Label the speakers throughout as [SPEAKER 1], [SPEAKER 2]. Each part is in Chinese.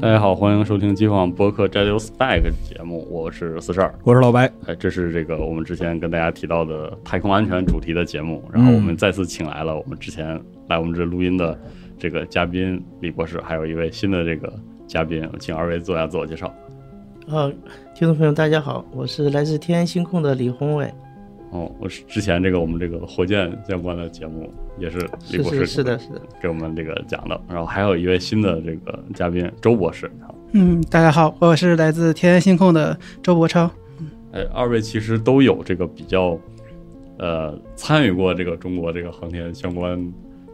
[SPEAKER 1] 大家好，欢迎收听机房播客《摘流 Spec》节目，我是四十二。
[SPEAKER 2] 我是老白，
[SPEAKER 1] 哎，这是这个我们之前跟大家提到的太空安全主题的节目，然后我们再次请来了我们之前来我们这录音的这个嘉宾李博士，还有一位新的这个嘉宾，请二位做一下自我介绍。
[SPEAKER 3] 呃，听众朋友，大家好，我是来自天安星空的李宏伟。
[SPEAKER 1] 哦，我是之前这个我们这个火箭相关的节目也是李
[SPEAKER 3] 是
[SPEAKER 1] 博士
[SPEAKER 3] 是是的，是的，
[SPEAKER 1] 给我们这个讲的，然后还有一位新的这个嘉宾周博士。
[SPEAKER 4] 嗯，大家好，我是来自天安星空的周伯超。
[SPEAKER 1] 哎，二位其实都有这个比较，呃，参与过这个中国这个航天相关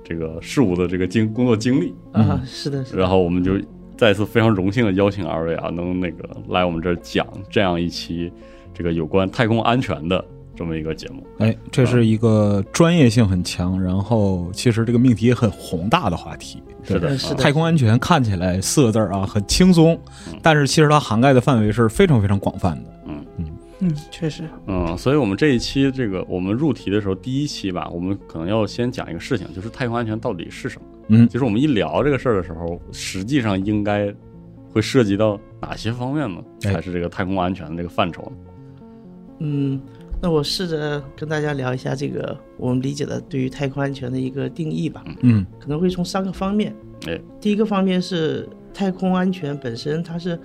[SPEAKER 1] 这个事务的这个经工作经历。
[SPEAKER 3] 啊，是的，是的，
[SPEAKER 1] 然后我们就再次非常荣幸的邀请二位啊，能那个来我们这儿讲这样一期这个有关太空安全的这么一个节目。
[SPEAKER 2] 哎，这是一个专业性很强，然后其实这个命题也很宏大的话题。
[SPEAKER 1] 是的，
[SPEAKER 3] 嗯是的
[SPEAKER 1] 啊
[SPEAKER 2] 太空安全看起来四个字儿啊很轻松，但是其实它涵盖的范围是非常非常广泛的。
[SPEAKER 4] 嗯，确实，
[SPEAKER 1] 嗯，所以我们这一期这个我们入题的时候，第一期吧，我们可能要先讲一个事情，就是太空安全到底是什么。
[SPEAKER 2] 嗯
[SPEAKER 1] 就是我们一聊这个事儿的时候，实际上应该会涉及到哪些方面呢？
[SPEAKER 2] 哎
[SPEAKER 1] 才是这个太空安全的这个范畴呢？
[SPEAKER 3] 嗯，那我试着跟大家聊一下这个我们理解的对于太空安全的一个定义吧，
[SPEAKER 2] 嗯
[SPEAKER 3] 可能会从三个方面。
[SPEAKER 1] 哎，
[SPEAKER 3] 第一个方面是太空安全本身，它是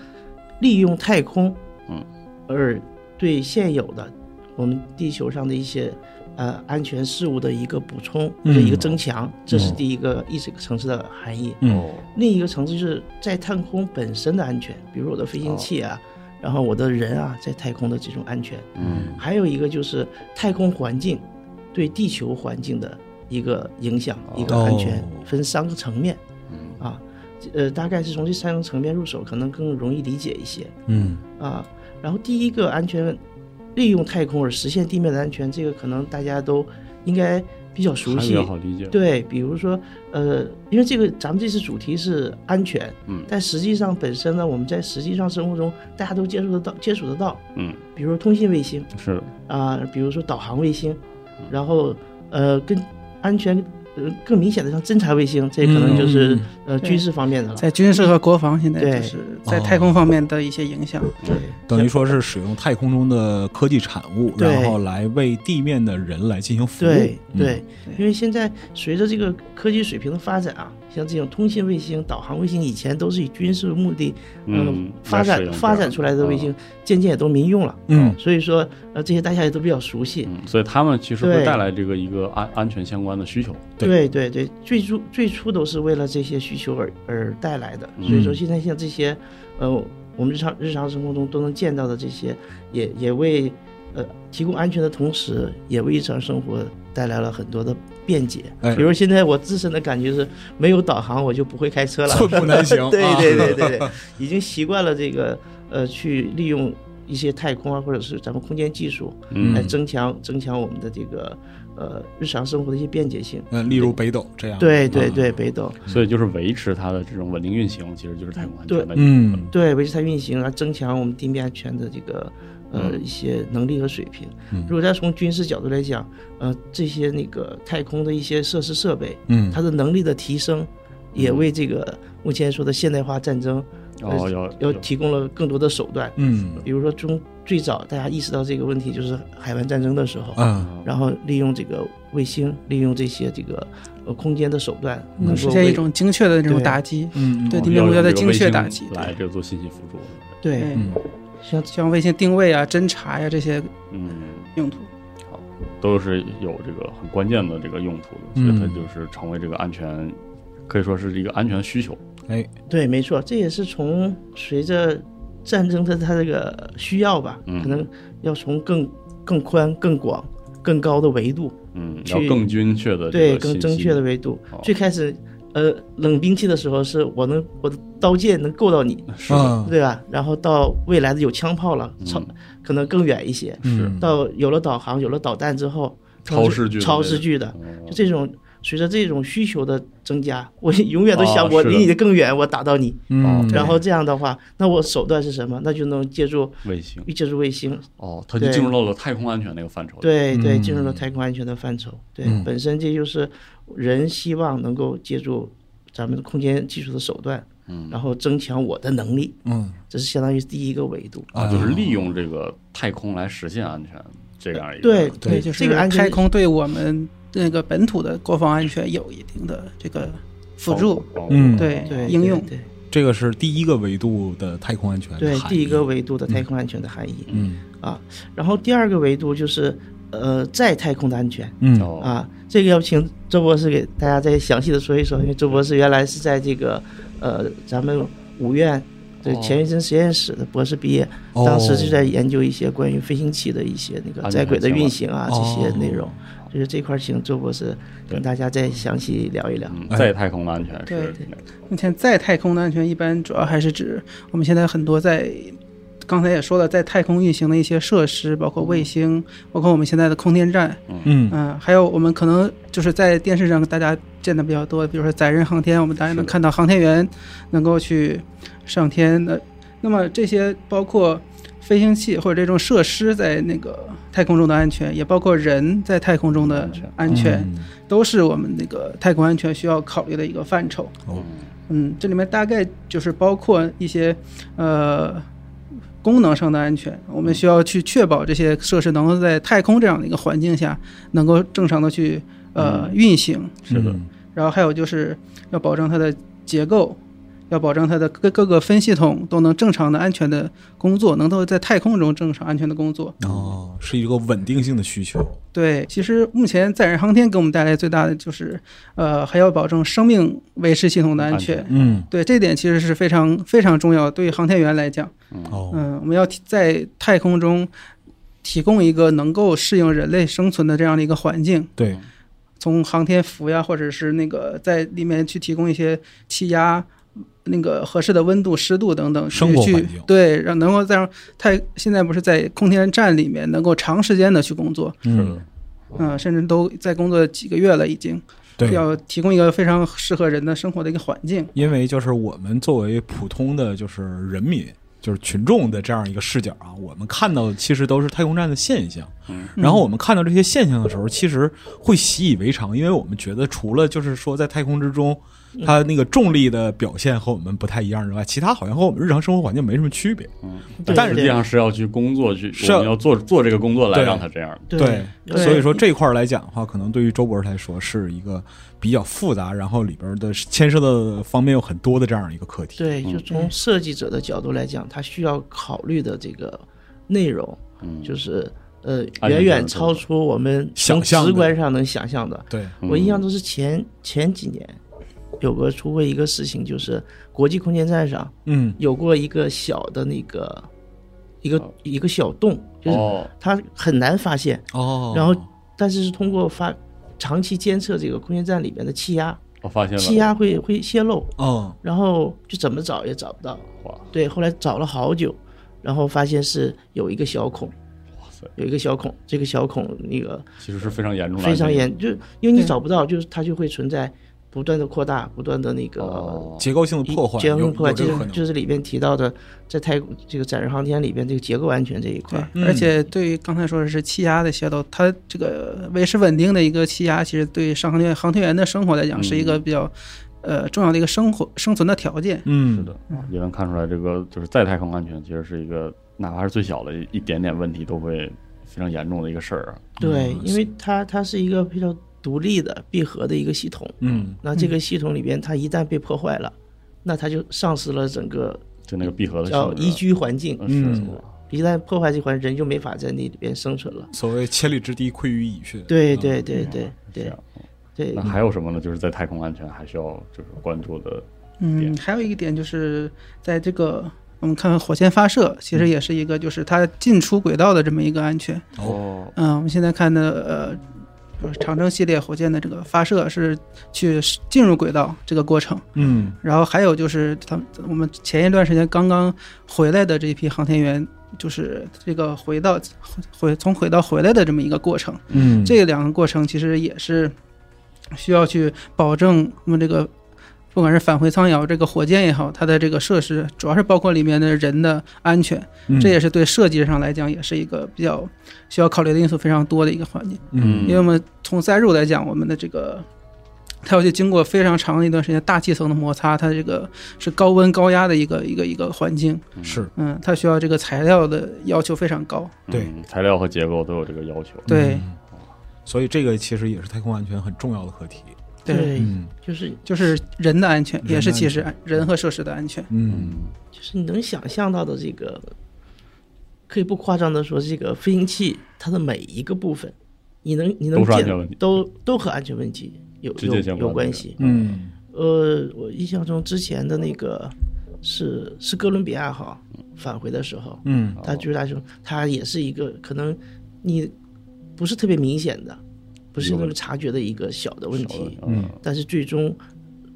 [SPEAKER 3] 利用太空，
[SPEAKER 1] 嗯，
[SPEAKER 3] 而对现有的我们地球上的一些呃安全事务的一个补充或者一个
[SPEAKER 2] 嗯
[SPEAKER 3] 增强，这是第一个意识层次的含义。
[SPEAKER 1] 哦
[SPEAKER 2] 嗯，
[SPEAKER 3] 另一个层次就是在太空本身的安全，比如我的飞
[SPEAKER 1] 哦
[SPEAKER 3] 行器啊，然后我的人啊，在太空的这种安全。
[SPEAKER 1] 嗯
[SPEAKER 3] 还有一个就是太空环境对地球环境的一个影响，一个安全
[SPEAKER 2] 哦
[SPEAKER 3] 分三个层面
[SPEAKER 1] 嗯
[SPEAKER 3] 啊，呃，大概是从这三个层面入手，可能更容易理解一些
[SPEAKER 2] 嗯
[SPEAKER 3] 啊。然后第一个安全，利用太空而实现地面的安全，这个可能大家都应该比较熟
[SPEAKER 1] 还比
[SPEAKER 3] 悉
[SPEAKER 1] 较，好理解。，
[SPEAKER 3] 对，比如说，呃，因为这个咱们这次主题是安全，
[SPEAKER 1] 嗯
[SPEAKER 3] 但实际上本身呢，我们在实际上生活中大家都接触得到，接触得到，
[SPEAKER 1] 嗯，
[SPEAKER 3] 比如说通信卫星
[SPEAKER 1] 是，
[SPEAKER 3] 啊、比如说导航卫星，
[SPEAKER 2] 嗯
[SPEAKER 3] 然后呃，更安全，呃，更明显的像侦察卫星，这可能就是、
[SPEAKER 2] 嗯
[SPEAKER 3] 呃军事方面的了，
[SPEAKER 4] 在军事和国防现在
[SPEAKER 3] 对哦
[SPEAKER 4] 就是在太空方面的一些影响。
[SPEAKER 3] 对，
[SPEAKER 2] 等于说是使用太空中的科技产物，
[SPEAKER 3] 对
[SPEAKER 2] 然后来为地面的人来进行服务。
[SPEAKER 3] 对
[SPEAKER 2] 嗯
[SPEAKER 3] 对，因为现在随着这个科技水平的发展啊，像这种通信卫星、导航卫星，以前都是以军事目的，呃
[SPEAKER 1] 嗯
[SPEAKER 3] 发
[SPEAKER 1] 来使用这样
[SPEAKER 3] 展
[SPEAKER 1] 嗯
[SPEAKER 3] 发展出来的
[SPEAKER 2] 啊
[SPEAKER 3] 卫星，渐渐也都民用了。
[SPEAKER 2] 嗯
[SPEAKER 3] 所以说，呃，这些大家也都比较熟悉。
[SPEAKER 1] 嗯，所以他们其实会
[SPEAKER 3] 对
[SPEAKER 1] 带来这个一个安安全相关的需求。
[SPEAKER 2] 对
[SPEAKER 3] 对对对，最初最初都是为了这些需求而而带来的。所以说，现在像这些，呃，我们日常日常生活中都能见到的这些，也也为呃提供安全的同时，也为日常生活带来了很多的便捷。
[SPEAKER 2] 哎
[SPEAKER 3] 比如现在我自身的感觉是，没有导航我就不会开车了，
[SPEAKER 2] 寸步难 行
[SPEAKER 3] 对
[SPEAKER 2] 啊
[SPEAKER 3] 对对对对，已经习惯了这个呃，去利用一些太空啊，或者是咱们空间技术
[SPEAKER 1] 嗯
[SPEAKER 3] 来增强增强我们的这个呃日常生活的一些便捷性。
[SPEAKER 2] 嗯，例如北斗这样。啊
[SPEAKER 3] 对对对，北斗
[SPEAKER 1] 所以就是维持它的这种稳定运行，其实就是太空安全的一部分。
[SPEAKER 2] 嗯，
[SPEAKER 3] 对维持它运行，然后增强我们地面安全的这个呃一些能力和水平。如果再从军事角度来讲，呃，这些那个太空的一些设施设备，
[SPEAKER 2] 嗯
[SPEAKER 3] 它的能力的提升，也为这个目前说的现代化战争
[SPEAKER 1] 然后哦要
[SPEAKER 3] 要提供了更多的手段。
[SPEAKER 2] 嗯
[SPEAKER 3] 比如说中最早大家意识到这个问题就是海湾战争的时候，
[SPEAKER 2] 啊，
[SPEAKER 3] 然后利用这个卫星，利用这些这个呃空间的手段，能
[SPEAKER 4] 能
[SPEAKER 3] 够
[SPEAKER 4] 实现
[SPEAKER 3] 为
[SPEAKER 4] 一种精确的这种
[SPEAKER 3] 对
[SPEAKER 4] 打击，
[SPEAKER 2] 嗯
[SPEAKER 4] 对
[SPEAKER 1] 哦
[SPEAKER 4] 地面目标的精确打
[SPEAKER 1] 要
[SPEAKER 4] 击
[SPEAKER 1] 用这个卫星，来这个做信息辅助。
[SPEAKER 3] 对
[SPEAKER 4] 对，
[SPEAKER 2] 嗯
[SPEAKER 3] 像
[SPEAKER 4] 像卫星定位啊、侦察呀、这些
[SPEAKER 1] 嗯，
[SPEAKER 4] 用途。
[SPEAKER 1] 都是有这个很关键的这个用途的，所
[SPEAKER 2] 嗯
[SPEAKER 1] 以它就是成为这个安全，可以说是一个安全需求。
[SPEAKER 2] 哎
[SPEAKER 3] 对，没错，这也是从随着战争的它这个需要吧，
[SPEAKER 1] 嗯
[SPEAKER 3] 可能要从更更宽、更广、更高的维度，
[SPEAKER 1] 嗯，
[SPEAKER 3] 去
[SPEAKER 1] 要更精确的这
[SPEAKER 3] 对，
[SPEAKER 1] 个信
[SPEAKER 3] 更
[SPEAKER 1] 息
[SPEAKER 3] 正确的维度
[SPEAKER 1] 哦。
[SPEAKER 3] 最开始，呃，冷兵器的时候是我能我的刀剑能够到你，
[SPEAKER 1] 是的，
[SPEAKER 2] 啊，
[SPEAKER 3] 对吧？然后到未来的有枪炮了，超、
[SPEAKER 1] 嗯
[SPEAKER 3] 可能更远一些。
[SPEAKER 2] 嗯
[SPEAKER 3] 到有了导航，有了导弹之后，
[SPEAKER 1] 超视距的
[SPEAKER 3] 超
[SPEAKER 1] 那
[SPEAKER 3] 视
[SPEAKER 1] 种
[SPEAKER 3] 距的，
[SPEAKER 1] 哦
[SPEAKER 3] 就这种随着这种需求的增加，我永远都想
[SPEAKER 1] 哦
[SPEAKER 3] 我
[SPEAKER 1] 是
[SPEAKER 3] 离
[SPEAKER 1] 的
[SPEAKER 3] 你的更远，我打到你。
[SPEAKER 2] 嗯，
[SPEAKER 3] 然后这样的话，那我手段是什么？那就能借助
[SPEAKER 1] 卫星
[SPEAKER 3] 借助卫星，
[SPEAKER 1] 哦，它就
[SPEAKER 3] 对
[SPEAKER 1] 进入到了太空安全那个范畴。，
[SPEAKER 3] 对对，
[SPEAKER 2] 嗯
[SPEAKER 3] 进入了太空安全的范畴。对
[SPEAKER 2] 嗯，
[SPEAKER 3] 本身这就是人希望能够借助咱们空间技术的手段，
[SPEAKER 1] 嗯
[SPEAKER 3] 然后增强我的能力，
[SPEAKER 2] 嗯
[SPEAKER 3] 这是相当于第一个维度。
[SPEAKER 1] 啊，就是利用这个太空来实现安全这样一个
[SPEAKER 3] 对
[SPEAKER 2] 对
[SPEAKER 4] 就是
[SPEAKER 3] 这个安全
[SPEAKER 4] 太空对我们那个本土的国防安全有一定的这个辅助。
[SPEAKER 1] 哦
[SPEAKER 2] 嗯
[SPEAKER 4] 对
[SPEAKER 3] 对
[SPEAKER 4] 应用
[SPEAKER 3] 对
[SPEAKER 2] 这个是第一个维度的太空安全
[SPEAKER 3] 对
[SPEAKER 2] 的
[SPEAKER 3] 对
[SPEAKER 2] 含义。
[SPEAKER 3] 第一个维度的太空安全的含义
[SPEAKER 2] 嗯
[SPEAKER 3] 啊，然后第二个维度就是呃在太空的安全
[SPEAKER 2] 嗯
[SPEAKER 1] 哦
[SPEAKER 3] 啊，这个要请周博士给大家再详细的说一说，因为周博士原来是在这个呃咱们五院。对
[SPEAKER 1] 哦
[SPEAKER 3] 钱学森实验室的博士毕业，
[SPEAKER 2] 哦
[SPEAKER 3] 当时就在研究一些关于飞行器的一些那个
[SPEAKER 1] 安全
[SPEAKER 3] 在轨的
[SPEAKER 1] 相关
[SPEAKER 3] 运行啊这些
[SPEAKER 2] 哦
[SPEAKER 3] 内容，所以这块儿请周博士跟大家再详细聊一聊。
[SPEAKER 1] 嗯在太空的安全是
[SPEAKER 4] 对目前在太空的安全一般主要还是指我们现在很多在。刚才也说了，在太空运行的一些设施，包括卫星，包括我们现在的空天站，
[SPEAKER 2] 嗯
[SPEAKER 4] 嗯，还有我们可能就是在电视上大家见的比较多，比如说载人航天，我们大家能看到航天员能够去上天的。那么这些包括飞行器或者这种设施在那个太空中的安全，也包括人在太空中的
[SPEAKER 1] 安全
[SPEAKER 4] 安全，
[SPEAKER 2] 嗯
[SPEAKER 4] 都是我们那个太空安全需要考虑的一个范畴。
[SPEAKER 2] 哦
[SPEAKER 4] 嗯，这里面大概就是包括一些呃功能上的安全，我们需要去确保这些设施能够在太空这样的一个环境下能够正常的去呃运行，
[SPEAKER 1] 是的，
[SPEAKER 2] 嗯
[SPEAKER 4] 然后还有就是要保证它的结构。要保证它的各各个分系统都能正常的、安全的工作，能够在太空中正常、安全的工作。
[SPEAKER 2] 哦，是一个稳定性的需求。
[SPEAKER 4] 对，其实目前载人航天给我们带来最大的就是，呃，还要保证生命维持系统的安
[SPEAKER 1] 安
[SPEAKER 4] 全。
[SPEAKER 1] 全
[SPEAKER 2] 嗯
[SPEAKER 4] 对，这点其实是非常非常重要，对于航天员来讲，
[SPEAKER 2] 哦
[SPEAKER 4] 嗯，我们要提在太空中提供一个能够适应人类生存的这样的一个环境，
[SPEAKER 2] 对
[SPEAKER 4] 从航天服呀，或者是那个在里面去提供一些气压。那个合适的温度、湿度等等，去
[SPEAKER 2] 生活环
[SPEAKER 4] 去
[SPEAKER 2] 境
[SPEAKER 4] 对，让能够在太现在不是在空天站里面能够长时间的去工作，
[SPEAKER 1] 是
[SPEAKER 2] 嗯
[SPEAKER 1] 的，
[SPEAKER 4] 嗯、甚至都在工作几个月了，已经
[SPEAKER 2] 对。
[SPEAKER 4] 要提供一个非常适合人的生活的一个环境。
[SPEAKER 2] 因为就是我们作为普通的就是人民，就是群众的这样一个视角啊，我们看到的其实都是太空站的现象。
[SPEAKER 1] 嗯
[SPEAKER 2] 然后我们看到这些现象的时候，其实会习以为常，因为我们觉得除了就是说在太空之中，它那个重力的表现和我们不太一样之外，其他好像和我们日常生活环境没什么区别。
[SPEAKER 1] 嗯，
[SPEAKER 3] 对
[SPEAKER 1] 但实
[SPEAKER 3] 对
[SPEAKER 1] 际上是要去工作去，
[SPEAKER 2] 是
[SPEAKER 1] 我们要做做这个工作来
[SPEAKER 2] 对
[SPEAKER 1] 让它这样。
[SPEAKER 2] 对，
[SPEAKER 4] 对
[SPEAKER 2] 所以说这块儿来讲的话，可能对于周博士来说是一个比较复杂，然后里边的牵涉的方面有很多的这嗯样一个课题。
[SPEAKER 3] 对，就从设计者的角度来讲，他需要考虑的这个内容，
[SPEAKER 1] 嗯，
[SPEAKER 3] 就是呃，
[SPEAKER 1] 安全
[SPEAKER 3] 远远
[SPEAKER 1] 性
[SPEAKER 3] 超出我们
[SPEAKER 2] 想
[SPEAKER 3] 从
[SPEAKER 2] 象的
[SPEAKER 3] 直观上能想象的。
[SPEAKER 2] 对，
[SPEAKER 1] 嗯
[SPEAKER 3] 我印象都是前前几年有个出过一个事情，就是国际空间站上
[SPEAKER 2] 嗯
[SPEAKER 3] 有过一个小的那个一个一个小洞，就是
[SPEAKER 1] 哦，
[SPEAKER 3] 它很难发现，
[SPEAKER 2] 哦
[SPEAKER 3] 然后但是是通过发长期监测这个空间站里面的气压，
[SPEAKER 1] 我发现了，
[SPEAKER 3] 气压会会泄漏，
[SPEAKER 2] 哦
[SPEAKER 3] 然后就怎么找也找不到。
[SPEAKER 1] 哇
[SPEAKER 3] 对，后来找了好久，然后发现是有一个小孔，
[SPEAKER 1] 哇塞，
[SPEAKER 3] 有一个小孔，这个小孔那个
[SPEAKER 1] 其实是非常严重的，
[SPEAKER 3] 非常，严，就因为你
[SPEAKER 4] 对
[SPEAKER 3] 找不到，就是它就会存在不断的扩大，不断的那个。
[SPEAKER 1] 哦，
[SPEAKER 2] 结构性的破坏，
[SPEAKER 3] 结构
[SPEAKER 2] 有
[SPEAKER 3] 破坏
[SPEAKER 2] 有这
[SPEAKER 3] 就
[SPEAKER 2] 个可
[SPEAKER 3] 是
[SPEAKER 2] 能，
[SPEAKER 3] 就是里边提到的，在太空这个载人航天里边这个结构安全这一块
[SPEAKER 4] 对
[SPEAKER 3] 儿，，
[SPEAKER 2] 嗯
[SPEAKER 4] 而且对于刚才说的是气压的泄露，它这个维持稳定的一个气压，其实对上航天航天员的生活来
[SPEAKER 2] 嗯
[SPEAKER 4] 讲，是一个比较、呃重要的一个生活生存的条件。
[SPEAKER 2] 嗯
[SPEAKER 1] 是的，也能看出来，这个就是在太空安全其实是一个，哪怕是最小的一一点点问题都会非常严重的一个事儿啊。
[SPEAKER 3] 对
[SPEAKER 2] 嗯，
[SPEAKER 3] 因为它它是一个比较独立的闭合的一个系统，
[SPEAKER 2] 嗯
[SPEAKER 3] 那这个系统里边它一旦被破坏了，那它就丧失了整个
[SPEAKER 1] 就那个闭合的
[SPEAKER 3] 叫
[SPEAKER 1] 性质
[SPEAKER 3] 宜居环境，
[SPEAKER 1] 嗯是
[SPEAKER 2] 嗯
[SPEAKER 3] 一旦破坏这环，人就没法在那里边生存了。
[SPEAKER 2] 所谓千里之堤溃于蚁穴，
[SPEAKER 3] 对
[SPEAKER 2] 嗯
[SPEAKER 3] 对对对
[SPEAKER 1] 这
[SPEAKER 3] 对
[SPEAKER 1] 样。
[SPEAKER 3] 对
[SPEAKER 1] 那，还有什么呢？就是在太空安全还需要就是关注的，
[SPEAKER 4] 嗯，还有一个点就是在这个我们看看火箭发射，其实也是一个就是它进出轨道的这么一个安全。
[SPEAKER 1] 哦，
[SPEAKER 4] 嗯，我们现在看的呃，比如长征系列火箭的这个发射是去进入轨道这个过程。
[SPEAKER 2] 嗯
[SPEAKER 4] 然后还有就是他们我们前一段时间刚刚回来的这一批航天员，就是这个回到回从回到回来的这么一个过程，
[SPEAKER 2] 嗯，
[SPEAKER 4] 这两个过程其实也是需要去保证我们这个。不管是返回舱也好，这个火箭也好，它的这个设施主要是包括里面的人的安全，这也
[SPEAKER 2] 是
[SPEAKER 4] 是对设计上来讲也是一个比较需要考虑的因素非常多的一个环节。
[SPEAKER 2] 嗯
[SPEAKER 4] 因为我们从载入来讲，我们的这个它要去经过非常长的一段时间大气层的摩擦，它这个是高温高压的一个一个一个环境，
[SPEAKER 2] 是
[SPEAKER 4] 嗯，它需要这个材料的要求非常高，
[SPEAKER 2] 对
[SPEAKER 1] 嗯材料和结构都有这个要求。
[SPEAKER 4] 对、
[SPEAKER 2] 嗯所以这个其实也是太空安全很重要的课题。
[SPEAKER 4] 对，
[SPEAKER 3] 对，
[SPEAKER 2] 嗯
[SPEAKER 3] 就是
[SPEAKER 4] 就是人的安全
[SPEAKER 2] 人的
[SPEAKER 4] 也是
[SPEAKER 2] 安
[SPEAKER 4] 其实
[SPEAKER 2] 全
[SPEAKER 4] 安人和设施的安全，
[SPEAKER 2] 嗯，
[SPEAKER 3] 就是你能想象到的这个，可以不夸张的说，这个飞行器它的每一个部分，你能你能
[SPEAKER 1] 都是安
[SPEAKER 3] 见
[SPEAKER 1] 全问题
[SPEAKER 3] 都都和安全问题有
[SPEAKER 1] 直接
[SPEAKER 3] 有
[SPEAKER 1] 相关的
[SPEAKER 3] 有关系。
[SPEAKER 2] 嗯
[SPEAKER 3] 呃，我印象中之前的那个是是哥伦比亚号返回的时候，
[SPEAKER 1] 啊
[SPEAKER 2] 嗯，
[SPEAKER 1] 哦
[SPEAKER 3] 它居然说它也是一个可能你不是特别明显的，不是那么察觉的一个小的问
[SPEAKER 1] 少了
[SPEAKER 3] 题，
[SPEAKER 1] 嗯，
[SPEAKER 3] 但是最终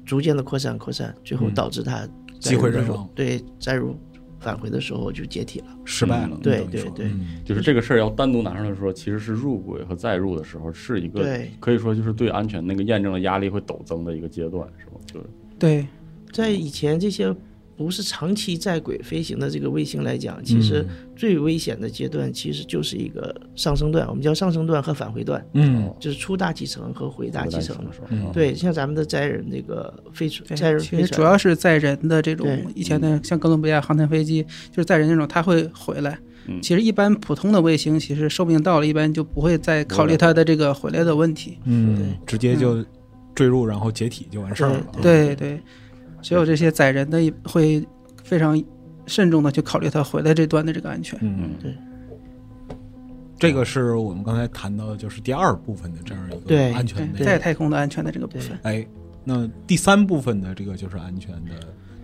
[SPEAKER 3] 逐渐的扩散扩散，最后
[SPEAKER 2] 嗯
[SPEAKER 3] 导致它
[SPEAKER 2] 机会
[SPEAKER 3] 载入
[SPEAKER 2] 人亡
[SPEAKER 3] 对载入返回的时候就解体了。
[SPEAKER 2] 失败了。
[SPEAKER 1] 嗯
[SPEAKER 3] 对
[SPEAKER 2] 等于
[SPEAKER 3] 对
[SPEAKER 2] 说
[SPEAKER 3] 对
[SPEAKER 2] 嗯
[SPEAKER 1] 就是这个事儿要单独拿出来说，其实是入轨和再入的时候是一个
[SPEAKER 3] 对，
[SPEAKER 1] 可以说就是对安全那个验证的压力会陡增的一个阶段，是吧？就是
[SPEAKER 4] 对
[SPEAKER 3] 在以前这些不是长期在轨飞行的这个卫星来讲，其
[SPEAKER 2] 嗯
[SPEAKER 3] 实最危险的阶段其实就是一个上升段，我们叫上升段和返回段，
[SPEAKER 2] 嗯
[SPEAKER 3] 就是出大气层和回大气层。
[SPEAKER 1] 的时候，
[SPEAKER 2] 嗯
[SPEAKER 3] 对，像咱们的载人这个飞船，
[SPEAKER 4] 对
[SPEAKER 3] 载人
[SPEAKER 4] 其
[SPEAKER 3] 飞
[SPEAKER 4] 实
[SPEAKER 3] 船
[SPEAKER 4] 主要是在人的这
[SPEAKER 3] 对
[SPEAKER 4] 种以前的像哥伦比亚航天飞机，就是载人那种，它会回来。
[SPEAKER 1] 嗯
[SPEAKER 4] 其实一般普通的卫星，其实寿命到了，一般就不会再考虑它的这个回来的问题。
[SPEAKER 2] 嗯
[SPEAKER 3] 对，
[SPEAKER 2] 直接就
[SPEAKER 3] 嗯
[SPEAKER 2] 坠入然后解体就完事儿啊了。
[SPEAKER 1] 嗯
[SPEAKER 4] 对对，只有这些载人的会非常慎重的去考虑它回来这段的这个安全。
[SPEAKER 2] 嗯，这个是我们刚才谈到的，就是第二部分的这样一
[SPEAKER 3] 对
[SPEAKER 2] 个安全
[SPEAKER 4] 对，
[SPEAKER 2] 的。
[SPEAKER 4] 在太空的安全的这个部分，
[SPEAKER 2] 哎，那第三部分的这个就是安全的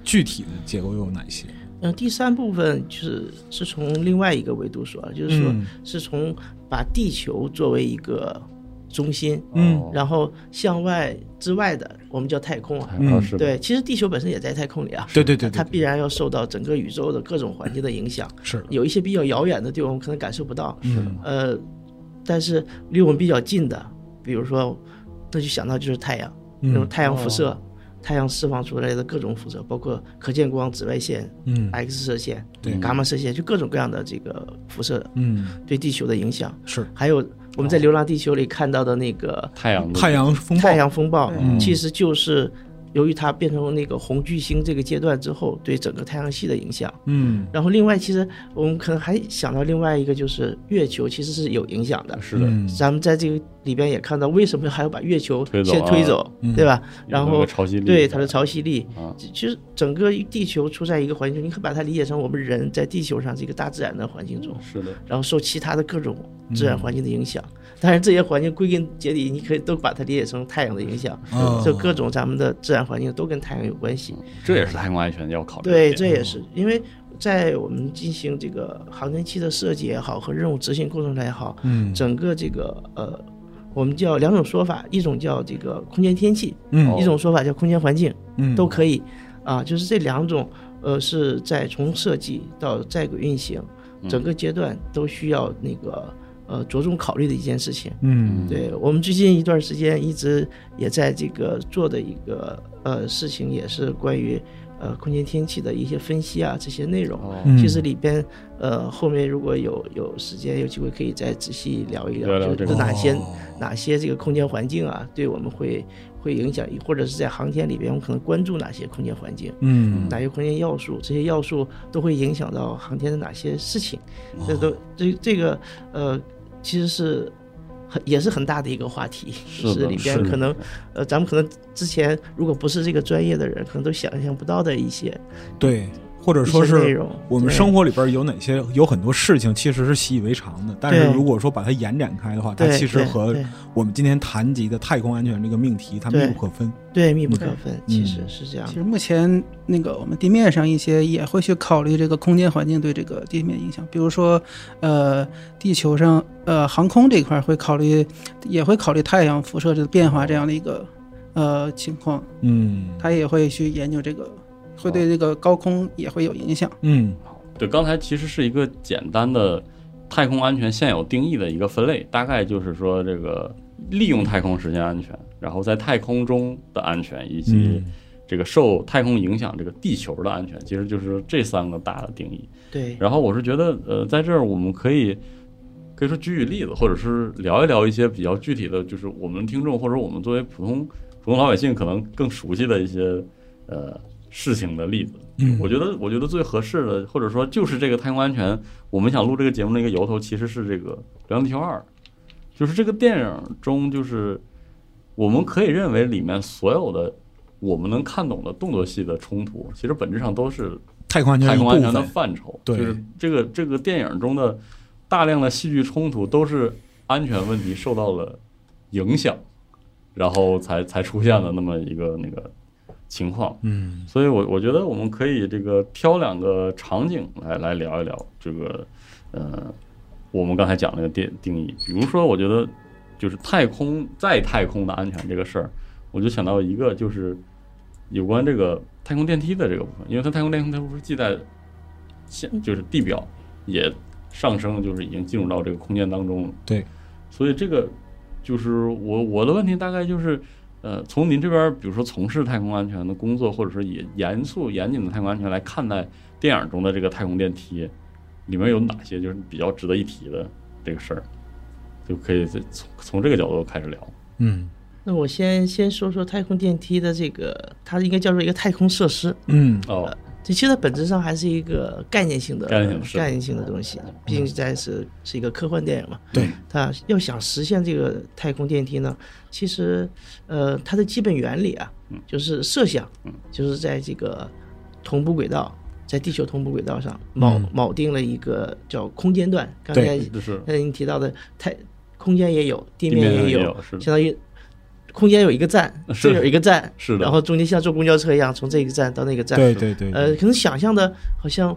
[SPEAKER 2] 具体的结构又有哪些？
[SPEAKER 3] 嗯，第三部分就是是从另外一个维度说，啊就是说
[SPEAKER 2] 嗯
[SPEAKER 3] 是从把地球作为一个中心，
[SPEAKER 2] 嗯
[SPEAKER 1] 哦
[SPEAKER 3] 然后向外之外的，我们叫太空啊。
[SPEAKER 1] 然后是
[SPEAKER 3] 对，其实地球本身也在太空里啊，
[SPEAKER 2] 对对对对
[SPEAKER 3] 它必然要受到整个宇宙的各种环境的影响，
[SPEAKER 2] 是
[SPEAKER 3] 有一些比较遥远的地方我们可能感受不到，
[SPEAKER 2] 嗯
[SPEAKER 3] 呃，但是离我们比较近的，比如说，那就想到就是太阳，那种
[SPEAKER 2] 嗯
[SPEAKER 3] 太阳辐射，太阳释放出来的各种辐射，包括可见光、紫外线、
[SPEAKER 2] 嗯
[SPEAKER 3] X 射线、
[SPEAKER 2] 对
[SPEAKER 3] 伽马射线，就各种各样的这个辐射
[SPEAKER 2] 嗯
[SPEAKER 3] 对地球的影响，
[SPEAKER 2] 是
[SPEAKER 3] 还有
[SPEAKER 1] 哦
[SPEAKER 3] 我们在《流浪地球》里看到的那个
[SPEAKER 1] 太阳的
[SPEAKER 2] 太阳风暴
[SPEAKER 3] 嗯太阳风暴，
[SPEAKER 1] 嗯
[SPEAKER 3] 其实就是由于它变成那个红巨星这个阶段之后，对整个太阳系的影响。
[SPEAKER 2] 嗯
[SPEAKER 3] 然后另外，其实我们可能还想到另外一个，就是月球其实是有影响的。
[SPEAKER 1] 是的，
[SPEAKER 2] 嗯
[SPEAKER 3] 咱们在这个里边也看到，为什么还要把月球
[SPEAKER 1] 推走啊
[SPEAKER 3] 先推走，
[SPEAKER 2] 嗯
[SPEAKER 3] 对吧？
[SPEAKER 1] 有
[SPEAKER 3] 然
[SPEAKER 1] 那
[SPEAKER 3] 后
[SPEAKER 1] 个潮汐力，
[SPEAKER 3] 对它的潮汐力，
[SPEAKER 1] 啊，
[SPEAKER 3] 其其实整个地球处在一个环境中，你可以把它理解成我们人在地球上这个大自然的环境中，
[SPEAKER 1] 是的，
[SPEAKER 3] 然后受其他的各种
[SPEAKER 2] 嗯
[SPEAKER 3] 自然环境的影响。当然，这些环境归根结底，你可以都把它理解成太阳的影响。
[SPEAKER 2] 哦
[SPEAKER 3] 这各种咱们的自然环境都跟太阳有关系。
[SPEAKER 1] 这也是太空安全要考虑的
[SPEAKER 3] 对，
[SPEAKER 1] 点
[SPEAKER 3] 这也是因为在我们进行这个航天器的设计也好和任务执行过程中也好，
[SPEAKER 2] 嗯
[SPEAKER 3] 整个这个呃，我们叫两种说法，一种叫这个空间天气，
[SPEAKER 2] 嗯
[SPEAKER 3] 一种说法叫空间环境，
[SPEAKER 2] 嗯
[SPEAKER 3] 都可以啊。就是这两种，呃，是在从设计到在轨运行
[SPEAKER 1] 嗯
[SPEAKER 3] 整个阶段都需要那个呃着重考虑的一件事情。
[SPEAKER 2] 嗯
[SPEAKER 3] 对我们最近一段时间一直也在这个做的一个呃事情，也是关于呃空间天气的一些分析啊这些内容。
[SPEAKER 1] 哦
[SPEAKER 2] 嗯
[SPEAKER 3] 其实里边呃后面如果有有时间有机会可以再仔细聊一
[SPEAKER 1] 聊
[SPEAKER 3] 聊，
[SPEAKER 1] 聊
[SPEAKER 3] 就是
[SPEAKER 1] 这
[SPEAKER 3] 有
[SPEAKER 1] 个
[SPEAKER 3] 哪些、
[SPEAKER 2] 哦
[SPEAKER 3] 哪些这个空间环境啊，对我们会会影响，或者是在航天里边我们可能关注哪些空间环境。
[SPEAKER 2] 嗯
[SPEAKER 3] 哪些空间要素，这些要素都会影响到航天的哪些事情，
[SPEAKER 2] 哦
[SPEAKER 3] 这都这这个呃，其实是很也是很大的一个话题，就是
[SPEAKER 1] 的
[SPEAKER 3] 里
[SPEAKER 1] 是
[SPEAKER 3] 边
[SPEAKER 1] 的
[SPEAKER 3] 可能呃，咱们可能之前如果不是这个专业的人，可能都想象不到的一些
[SPEAKER 2] 对，或者说
[SPEAKER 3] 一些内
[SPEAKER 2] 是
[SPEAKER 3] 容
[SPEAKER 2] 我们
[SPEAKER 3] 对
[SPEAKER 2] 生活里边有哪些有很多事情其实是习以为常的，但是
[SPEAKER 3] 对
[SPEAKER 2] 如果说把它延展开的话，它
[SPEAKER 3] 对
[SPEAKER 2] 其实
[SPEAKER 3] 对
[SPEAKER 2] 和
[SPEAKER 3] 对
[SPEAKER 2] 我们今天谈及的太空安全这个命题它密
[SPEAKER 3] 对
[SPEAKER 2] 不可分。
[SPEAKER 3] 对密不可分，其实
[SPEAKER 2] 嗯
[SPEAKER 3] 是这样
[SPEAKER 4] 其
[SPEAKER 3] 的。
[SPEAKER 4] 实目前那个我们地面上一些也会去考虑这个空间环境对这个地面影响，比如说，呃，地球上呃航空这一块儿会考虑，也会考虑太阳辐射的变化这样的一个呃情况，
[SPEAKER 2] 嗯
[SPEAKER 4] 它也会去研究这个，会对这个高空也会有影响。
[SPEAKER 2] 嗯
[SPEAKER 1] 对，刚才其实是一个简单的太空安全现有定义的一个分类，大概就是说这个利用太空实现安全，然后在太空中的安全，以及
[SPEAKER 2] 嗯
[SPEAKER 1] 这个受太空影响这个地球的安全，其实就是这三个大的定义。
[SPEAKER 3] 对，
[SPEAKER 1] 然后我是觉得，呃，在这儿我们可以可以说举举例子，或者是聊一聊一些比较具体的，就是我们听众或者我们作为普通。普通老百姓可能更熟悉的一些呃事情的例子。
[SPEAKER 2] 嗯
[SPEAKER 1] 我觉得，我觉得最合适的，或者说就是这个太空安全，我们想录这个节目的一个由头，其实是这个《流浪地球二》，就是这个电影中，就是我们可以认为里面所有的我们能看懂的动作戏的冲突，其实本质上都是
[SPEAKER 2] 太空安全
[SPEAKER 1] 太
[SPEAKER 2] 一
[SPEAKER 1] 空
[SPEAKER 2] 部
[SPEAKER 1] 安全的
[SPEAKER 2] 分，
[SPEAKER 1] 范畴，
[SPEAKER 2] 对
[SPEAKER 1] 就是这个这个电影中的大量的戏剧冲突都是安全问题受到了影响，然后才才出现的那么一个那个情况。
[SPEAKER 2] 嗯
[SPEAKER 1] 所以我，我觉得我们可以这个挑两个场景来来聊一聊这个，呃，我们刚才讲那个定定义。比如说，我觉得就是太空在太空的安全这个事儿，我就想到一个就是有关这个太空电梯的这个部分，因为它太空电梯它不是既在
[SPEAKER 2] 嗯
[SPEAKER 1] 现就是地表也上升，就是已经进入到这个空间当中了。
[SPEAKER 2] 对，
[SPEAKER 1] 所以这个就是我我的问题大概就是，呃，从您这边儿，比如说从事太空安全的工作，或者说也严肃严谨的太空安全来看待电影中的这个太空电梯，里面有哪些就是比较值得一提的这个事儿，就可以再从从这个角度开始聊。
[SPEAKER 2] 嗯
[SPEAKER 3] 那我先先说说太空电梯的这个，它应该叫做一个太空设施。
[SPEAKER 2] 嗯
[SPEAKER 3] 呃
[SPEAKER 1] 哦，
[SPEAKER 3] 这其实它本质上还是一个概念性的
[SPEAKER 1] 概念是
[SPEAKER 3] 概念性的东西，毕竟在是是一个科幻电影嘛。
[SPEAKER 2] 对，
[SPEAKER 3] 它要想实现这个太空电梯呢，其实呃它的基本原理啊，就是设想，就是在这个同步轨道，在地球同步轨道上锚
[SPEAKER 2] 嗯
[SPEAKER 3] 锚定了一个叫空间段。刚
[SPEAKER 2] 对
[SPEAKER 3] 才
[SPEAKER 1] 就是
[SPEAKER 3] 刚才您提到的太空间也有，地
[SPEAKER 1] 地面
[SPEAKER 3] 面也
[SPEAKER 1] 也
[SPEAKER 3] 有，
[SPEAKER 1] 有，是的，
[SPEAKER 3] 相当于空间有一个站，
[SPEAKER 1] 嗯是
[SPEAKER 3] 这有一个站，
[SPEAKER 1] 是的
[SPEAKER 3] 然后中间像坐公交车一样，从这个站到那个站，
[SPEAKER 2] 对对对，
[SPEAKER 3] 呃，可能想象的好像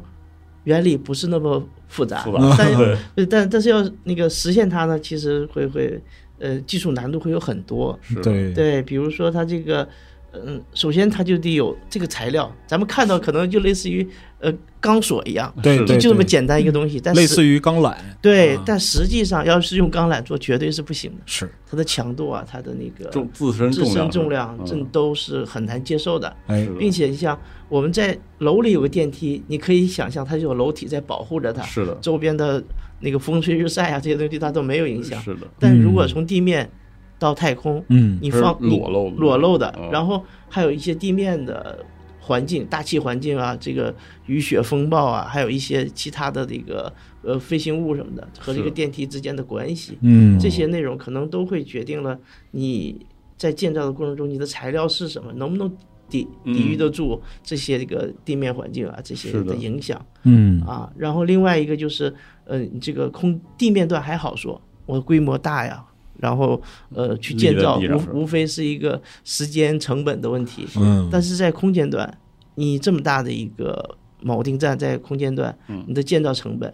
[SPEAKER 3] 原理不是那么复杂，
[SPEAKER 1] 复杂，
[SPEAKER 3] 但
[SPEAKER 1] 对，
[SPEAKER 3] 呃但但是要那个实现它呢，其实会会呃技术难度会有很多，
[SPEAKER 1] 是的，
[SPEAKER 2] 对
[SPEAKER 3] 对，比如说它这个。嗯，首先它就得有这个材料，咱们看到可能就类似于呃钢索一样，
[SPEAKER 2] 对
[SPEAKER 1] 是的
[SPEAKER 2] 对，
[SPEAKER 3] 就这么
[SPEAKER 2] 对
[SPEAKER 3] 简单一个东西，但
[SPEAKER 2] 类
[SPEAKER 3] 是
[SPEAKER 2] 似于钢缆，
[SPEAKER 3] 对
[SPEAKER 2] 啊，
[SPEAKER 3] 但实际上要是用钢缆做，绝对是不行的。
[SPEAKER 2] 是，
[SPEAKER 3] 它的强度啊，它的那个
[SPEAKER 1] 重自身
[SPEAKER 3] 自
[SPEAKER 1] 重
[SPEAKER 3] 身
[SPEAKER 1] 量，
[SPEAKER 3] 重量，这
[SPEAKER 1] 嗯
[SPEAKER 3] 都是很难接受的。
[SPEAKER 2] 哎
[SPEAKER 1] 是，的
[SPEAKER 3] 并且你像我们在楼里有个电梯，你可以想象它就有楼体在保护着它，
[SPEAKER 1] 是的，
[SPEAKER 3] 周边的那个风吹日晒啊这些东西对它都没有影响。
[SPEAKER 1] 是的，
[SPEAKER 3] 但如果从地面到太空，
[SPEAKER 2] 嗯
[SPEAKER 3] 你
[SPEAKER 1] 它是
[SPEAKER 3] 放你
[SPEAKER 1] 裸露的
[SPEAKER 3] 裸露的
[SPEAKER 1] 嗯，
[SPEAKER 3] 然后还有一些地面的环境、大气环境啊，这个雨雪、风暴啊，还有一些其他的这个呃飞行物什么的和这
[SPEAKER 1] 是
[SPEAKER 3] 个电梯之间的关系，
[SPEAKER 2] 嗯
[SPEAKER 3] 这些内容可能都会决定了你在建造的过程中你的材料是什么，能不能抵抵御得住这些这个地面环境啊这些
[SPEAKER 1] 嗯是的
[SPEAKER 3] 的影响
[SPEAKER 2] 嗯
[SPEAKER 3] 啊。然后另外一个就是，呃，你这个空地面段还好说，我规模大呀。然后，呃，去建造
[SPEAKER 1] 立得嗯地上
[SPEAKER 3] 无无非是一个时间成本的问题，
[SPEAKER 2] 嗯，
[SPEAKER 3] 但是在空间段，你这么大的一个锚定站在空间段，你的建造成本，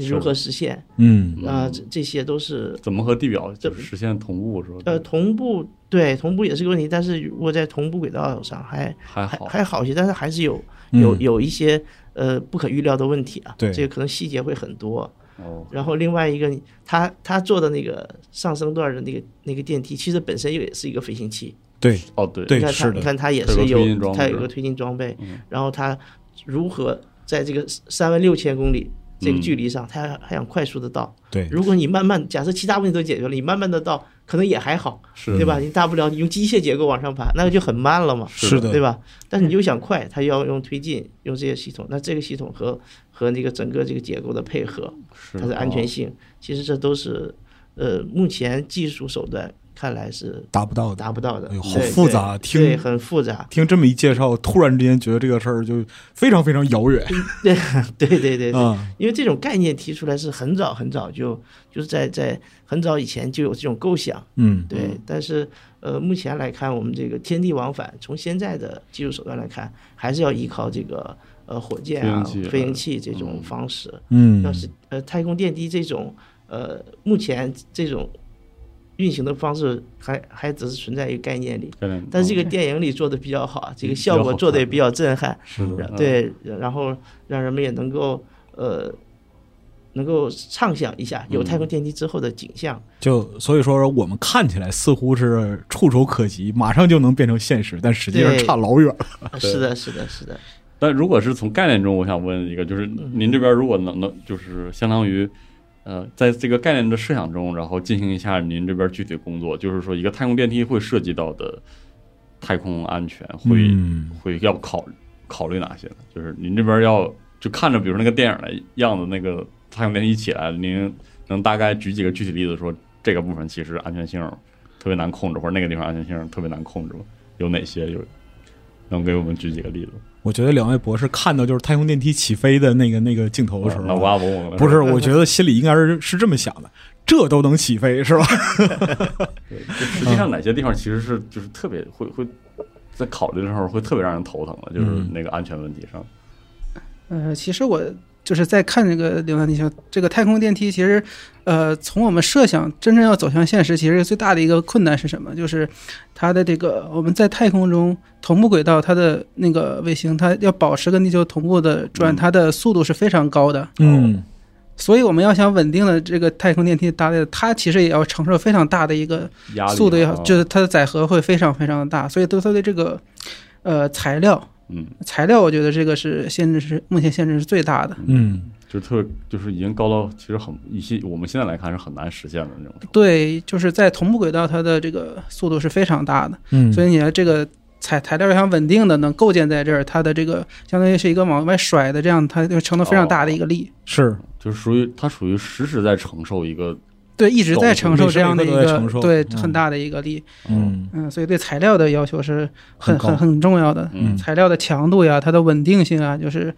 [SPEAKER 1] 嗯是
[SPEAKER 3] 如
[SPEAKER 1] 的
[SPEAKER 3] 何实现
[SPEAKER 2] 嗯
[SPEAKER 3] 啊、这这些都是
[SPEAKER 1] 怎么和地表就
[SPEAKER 3] 这
[SPEAKER 1] 实现同步是吧？
[SPEAKER 3] 呃，同步对同步也是个问题，但是如果在同步轨道上还
[SPEAKER 1] 还
[SPEAKER 3] 还
[SPEAKER 1] 好，
[SPEAKER 3] 还好一些，但是还是有有
[SPEAKER 2] 嗯
[SPEAKER 3] 有一些呃不可预料的问题啊。
[SPEAKER 2] 对
[SPEAKER 3] 这个可能细节会很多。
[SPEAKER 1] 哦，
[SPEAKER 3] 然后另外一个，他他做的那个上升段的那个那个电梯，其实本身也是一个飞行器。
[SPEAKER 2] 对
[SPEAKER 1] 哦，对，
[SPEAKER 2] 对
[SPEAKER 3] 你看
[SPEAKER 2] 是
[SPEAKER 3] 它，
[SPEAKER 2] 的
[SPEAKER 3] 你看它也
[SPEAKER 1] 它有个
[SPEAKER 3] 是
[SPEAKER 1] 推进
[SPEAKER 3] 有
[SPEAKER 1] 装
[SPEAKER 3] 它
[SPEAKER 1] 置嗯
[SPEAKER 3] 有一个推进装备，然后它如何在这个三万六千公里
[SPEAKER 1] 嗯
[SPEAKER 3] 这个距离上，它还还想快速的到。
[SPEAKER 2] 对，
[SPEAKER 3] 如果你慢慢，假设其他问题都解决了，你慢慢的到，可能也还好，
[SPEAKER 1] 是
[SPEAKER 3] 对吧？你大不了你用机械结构往上爬，那个就很慢了嘛，
[SPEAKER 2] 是的
[SPEAKER 3] 对吧？但是你又想快，它要用推进，用这些系统，那这个系统和和那个整个这个结构的配合，
[SPEAKER 1] 是
[SPEAKER 3] 它的安全
[SPEAKER 1] 哦
[SPEAKER 3] 性，其实这都是呃目前技术手段看来是
[SPEAKER 2] 达不到的。
[SPEAKER 3] 达不到的
[SPEAKER 2] 哎呦，好
[SPEAKER 3] 对
[SPEAKER 2] 复杂
[SPEAKER 3] 对
[SPEAKER 2] 听
[SPEAKER 3] 对，很 复杂，
[SPEAKER 2] 听这么一介绍，突然之间觉得这个事儿就非常非常遥远
[SPEAKER 3] 对对对对对，
[SPEAKER 2] 啊。
[SPEAKER 3] 因为这种概念提出来是很早很早就就是在在很早以前就有这种构想，
[SPEAKER 2] 嗯，
[SPEAKER 3] 对，但是呃，目前来看，我们这个天地往返，从现在的技术手段来看，还是要依靠这个呃火箭啊、
[SPEAKER 1] 飞行器
[SPEAKER 3] 飞行器这
[SPEAKER 1] 嗯
[SPEAKER 3] 种方式。
[SPEAKER 2] 嗯，
[SPEAKER 3] 要是呃太空电梯这种呃目前这种运行的方式还还只是存在于概念里，
[SPEAKER 1] 概念
[SPEAKER 3] 但是
[SPEAKER 1] 嗯
[SPEAKER 3] 这个电影里做的比较好，这个
[SPEAKER 1] 比较
[SPEAKER 3] 效
[SPEAKER 1] 好
[SPEAKER 3] 果做的也
[SPEAKER 1] 看
[SPEAKER 3] 比较震撼。
[SPEAKER 1] 是啊的嗯
[SPEAKER 3] 然，对，然后让人们也能够呃。能够畅想一下有
[SPEAKER 1] 嗯
[SPEAKER 3] 太空电梯之后的景象，
[SPEAKER 2] 就所以说，我们看起来似乎是触手可及，马上就能变成现实，但实际上
[SPEAKER 3] 对
[SPEAKER 2] 差老远了。
[SPEAKER 3] 啊是的，是的，是的，
[SPEAKER 1] 但如果是从概念中，我想问一个，就是您这边如果能能，就是相当于，呃，在这个概念的设想中，然后进行一下您这边具体工作，就是说一个太空电梯会涉及到的太空安全会、
[SPEAKER 2] 嗯
[SPEAKER 1] 会要考考虑哪些呢？就是您这边要就看着，比如那个电影的样子，那个太空电梯起来，您能大概举几个具体例子说这个部分其实安全性特别难控制，或者那个地方安全性特别难控制吗？有哪些有？能给我们举几个例子？
[SPEAKER 2] 我觉得两位博士看到就是太空电梯起飞的那个那个镜头的时
[SPEAKER 3] 嗯
[SPEAKER 1] 那
[SPEAKER 2] 候啊，
[SPEAKER 1] 挖我我
[SPEAKER 2] 不是，我觉得心里应该是是这么想的，这都能起飞 是吧？
[SPEAKER 1] 对就实际上哪些地方其实是就是特别会会在考虑的时候会特别让人头疼的，就是
[SPEAKER 2] 嗯
[SPEAKER 1] 那个安全问题上。
[SPEAKER 4] 呃，其实我就是在看这个《流浪地球》这个太空电梯，其实，呃，从我们设想真正要走向现实，其实最大的一个困难是什么？就是它的这个我们在太空中同步轨道，它的那个卫星，它要保持跟地球同步的转，
[SPEAKER 1] 嗯
[SPEAKER 4] 它的速度是非常高的。
[SPEAKER 2] 嗯
[SPEAKER 4] 所以我们要想稳定的这个太空电梯搭载，它其实也要承受非常大的一个
[SPEAKER 1] 压力
[SPEAKER 4] 速度也好，
[SPEAKER 1] 啊
[SPEAKER 4] 就是它的载荷会非常非常的大，所以对它的这个呃材料
[SPEAKER 1] 嗯，
[SPEAKER 4] 材料，我觉得这个是限制是目前限制是最大的。
[SPEAKER 2] 嗯
[SPEAKER 1] 就是特别就是已经高到其实很一些我们现在来看是很难实现的那种程度。
[SPEAKER 4] 对，就是在同步轨道，它的这个速度是非常大的，
[SPEAKER 2] 嗯，
[SPEAKER 4] 所以你的这个材材料想稳定的能构建在这儿，它的这个相当于是一个往外甩的，这样它就承受非常大的一个
[SPEAKER 2] 哦
[SPEAKER 4] 力。
[SPEAKER 2] 是
[SPEAKER 1] 就是属于它属于实时在承受一个
[SPEAKER 4] 对，一直在承受这样的一
[SPEAKER 2] 每时每刻都在
[SPEAKER 4] 个
[SPEAKER 2] 承受
[SPEAKER 4] 对
[SPEAKER 2] 嗯
[SPEAKER 4] 很大的一个力，
[SPEAKER 2] 嗯
[SPEAKER 4] 嗯，所以对材料的要求是很
[SPEAKER 2] 很
[SPEAKER 4] 很
[SPEAKER 2] 高
[SPEAKER 4] 很重要的，
[SPEAKER 1] 嗯
[SPEAKER 4] 材料的强度呀，它的稳定性啊，就是，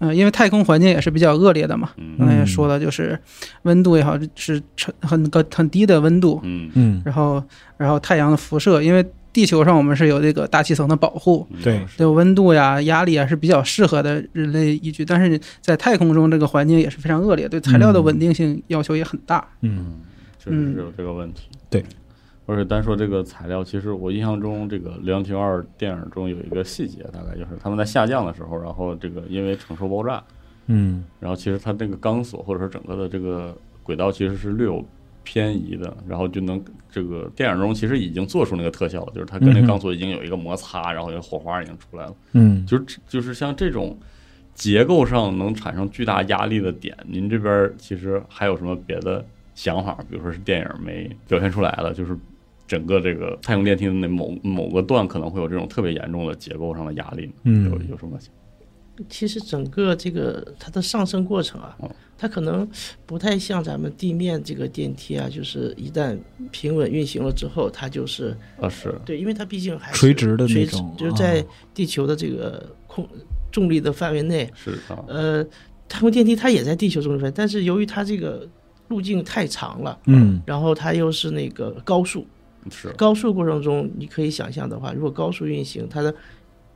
[SPEAKER 4] 嗯，因为太空环境也是比较恶劣的嘛，刚
[SPEAKER 1] 嗯
[SPEAKER 4] 才也说了，就是温度也好是是很高很低的温度，
[SPEAKER 1] 嗯
[SPEAKER 2] 嗯
[SPEAKER 4] 然后然后太阳的辐射，因为地球上我们是有这个大气层的保护，
[SPEAKER 1] 嗯
[SPEAKER 2] 对
[SPEAKER 1] 是
[SPEAKER 4] 对温度呀、压力啊是比较适合的人类依据，但是在太空中这个环境也是非常恶劣，对材料的稳定性要求也很大。
[SPEAKER 2] 嗯
[SPEAKER 1] 确实是有这个问题。
[SPEAKER 2] 对，
[SPEAKER 1] 而且单说这个材料，其实我印象中这个《流浪地球二》电影中有一个细节，大概就是他们在下降的时候，然后这个因为承受爆炸，
[SPEAKER 2] 嗯
[SPEAKER 1] 然后其实它那个钢索或者说整个的这个轨道其实是略有偏移的，然后就能这个电影中其实已经做出那个特效了，就是它跟那
[SPEAKER 2] 嗯哼
[SPEAKER 1] 钢索已经有一个摩擦，然后有火花已经出来了。
[SPEAKER 2] 嗯，
[SPEAKER 1] 就是这就是像这种结构上能产生巨大压力的点，您这边儿其实还有什么别的想法？比如说是电影没表现出来的，就是整个这个太空电梯的那某某个段可能会有这种特别严重的结构上的压力呢，
[SPEAKER 2] 嗯
[SPEAKER 1] 有有什么想？
[SPEAKER 3] 其实整个这个它的上升过程啊
[SPEAKER 1] 哦，
[SPEAKER 3] 它可能不太像咱们地面这个电梯啊，就是一旦平稳运行了之后，它就是
[SPEAKER 1] 啊，是，
[SPEAKER 3] 对，因为它毕竟还是
[SPEAKER 2] 垂直的那
[SPEAKER 3] 垂直
[SPEAKER 2] 种
[SPEAKER 3] 就是
[SPEAKER 2] 啊
[SPEAKER 3] 在地球的这个控重力的范围内，
[SPEAKER 1] 是啊，
[SPEAKER 3] 呃，太空电梯它也在地球中分，但是由于它这个路径太长了，
[SPEAKER 2] 嗯
[SPEAKER 3] 然后它又是那个高速，
[SPEAKER 1] 是，
[SPEAKER 3] 高速过程中你可以想象的话，如果高速运行，它的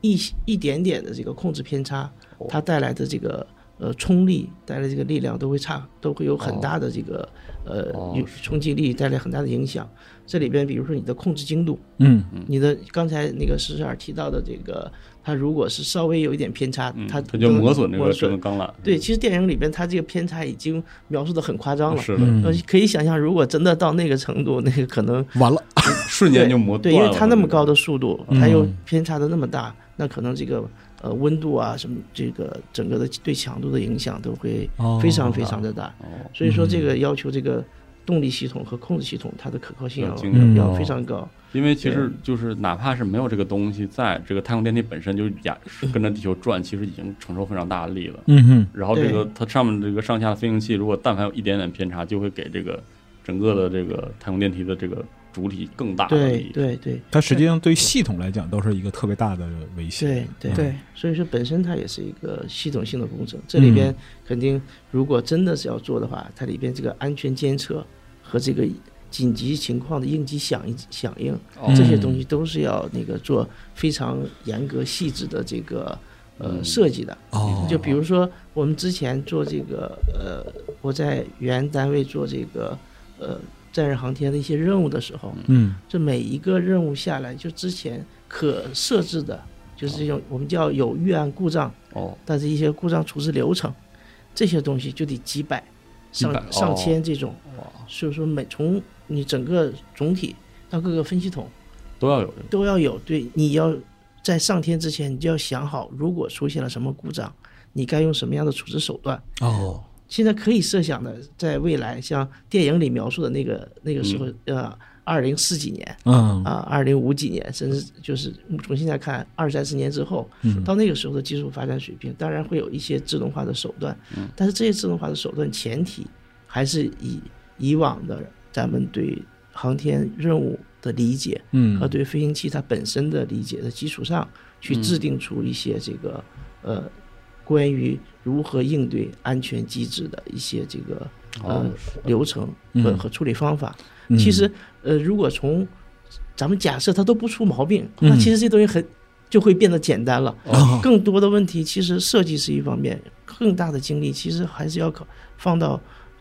[SPEAKER 3] 一一点点的这个控制偏差，
[SPEAKER 1] 哦
[SPEAKER 3] 它带来的这个呃冲力带来的这个力量都会差，都会有很大的这个、
[SPEAKER 1] 哦
[SPEAKER 3] 呃有冲击力带来很大的影响。这里边比如说你的控制精度，
[SPEAKER 2] 嗯
[SPEAKER 3] 你的刚才那个石石尔提到的这个，它如果是稍微有一点偏差，
[SPEAKER 1] 嗯，
[SPEAKER 3] 它
[SPEAKER 1] 它就磨损那
[SPEAKER 3] 磨
[SPEAKER 1] 个
[SPEAKER 3] 损
[SPEAKER 1] 整个钢缆，嗯
[SPEAKER 3] 对，其实电影里边它这个偏差已经描述的很夸张了。
[SPEAKER 1] 哦是的，
[SPEAKER 2] 嗯
[SPEAKER 3] 呃，，可以想象，如果真的到那个程度，那个可能
[SPEAKER 2] 完了，
[SPEAKER 1] 瞬间就磨
[SPEAKER 3] 对，
[SPEAKER 1] 断
[SPEAKER 3] 因
[SPEAKER 1] 了，
[SPEAKER 3] 为它那么高的速度，
[SPEAKER 2] 嗯
[SPEAKER 3] 它又偏差的那么大，那可能这个呃温度啊什么，这个整个的对强度的影响都会
[SPEAKER 2] 哦
[SPEAKER 3] 呃非常非常的大。
[SPEAKER 1] 哦，
[SPEAKER 3] 所以说，这个要求这个动力系统和控制系统它的可靠性
[SPEAKER 1] 要
[SPEAKER 3] 要
[SPEAKER 1] 经
[SPEAKER 2] 嗯
[SPEAKER 1] 历
[SPEAKER 3] 要
[SPEAKER 1] 哦
[SPEAKER 3] 非常高。
[SPEAKER 1] 因为其实就是哪怕是没有这个东西在，这个太空电梯本身就也是跟着地球转，其实已经承受非常大的力了。
[SPEAKER 2] 嗯哼，
[SPEAKER 1] 然后这个它上面这个上下的飞行器，如果但凡有一点点偏差，就会给这个整个的这个太空电梯的这个主体更大的
[SPEAKER 3] 对
[SPEAKER 1] 力。
[SPEAKER 3] 对对
[SPEAKER 2] 它实际上对系统来讲都是一个特别大的威胁
[SPEAKER 3] 对。对
[SPEAKER 2] 嗯，
[SPEAKER 4] 对，
[SPEAKER 3] 所以说本身它也是一个系统性的工程。这里
[SPEAKER 1] 嗯
[SPEAKER 3] 边肯定，如果真的是要做的话，它里边这个安全监测和这个紧急情况的应急响应响应，
[SPEAKER 1] 哦
[SPEAKER 3] 这
[SPEAKER 2] 嗯
[SPEAKER 3] 些东西都是要那个做非常严格细致的这个呃
[SPEAKER 1] 嗯
[SPEAKER 3] 设计的。
[SPEAKER 2] 哦，
[SPEAKER 3] 就比如说我们之前做这个呃，我在原单位做这个呃载人航天的一些任务的时候，
[SPEAKER 2] 嗯
[SPEAKER 3] 这每一个任务下来，就之前可设置的，就是这种我们叫有预案故障，
[SPEAKER 1] 哦，
[SPEAKER 3] 但是一些故障处置流程，这些东西就得几百、
[SPEAKER 1] 几
[SPEAKER 3] 上
[SPEAKER 1] 百哦
[SPEAKER 3] 上千这种，
[SPEAKER 1] 哇
[SPEAKER 3] 所以说每从你整个总体到各个分系统。
[SPEAKER 1] 都要有这个
[SPEAKER 3] 都要有。对，你要在上天之前，你就要想好，如果出现了什么故障，你该用什么样的处置手段。
[SPEAKER 2] 哦，
[SPEAKER 3] 现在可以设想的，在未来像电影里描述的那个那个时候，呃，二零四几年
[SPEAKER 2] 嗯
[SPEAKER 3] 啊，二零五几年，甚至就是从现在看二三十年之后，
[SPEAKER 2] 嗯
[SPEAKER 3] 到那个时候的技术发展水平，当然会有一些自动化的手段，但是这些自动化的手段前提还是以以往的咱们对航天任务的理解
[SPEAKER 2] 嗯
[SPEAKER 3] 和呃对飞行器它本身的理解的基础上，去制定出一些这个呃关于如何应对安全机制的一些这个呃
[SPEAKER 1] 哦
[SPEAKER 3] 流程和
[SPEAKER 2] 嗯
[SPEAKER 3] 和处理方法。其实呃，如果从咱们假设它都不出毛病，那
[SPEAKER 2] 嗯
[SPEAKER 3] 其实这东西很就会变得简单了。
[SPEAKER 2] 哦
[SPEAKER 3] 更多的问题其实设计是一方面，更大的精力其实还是要考放到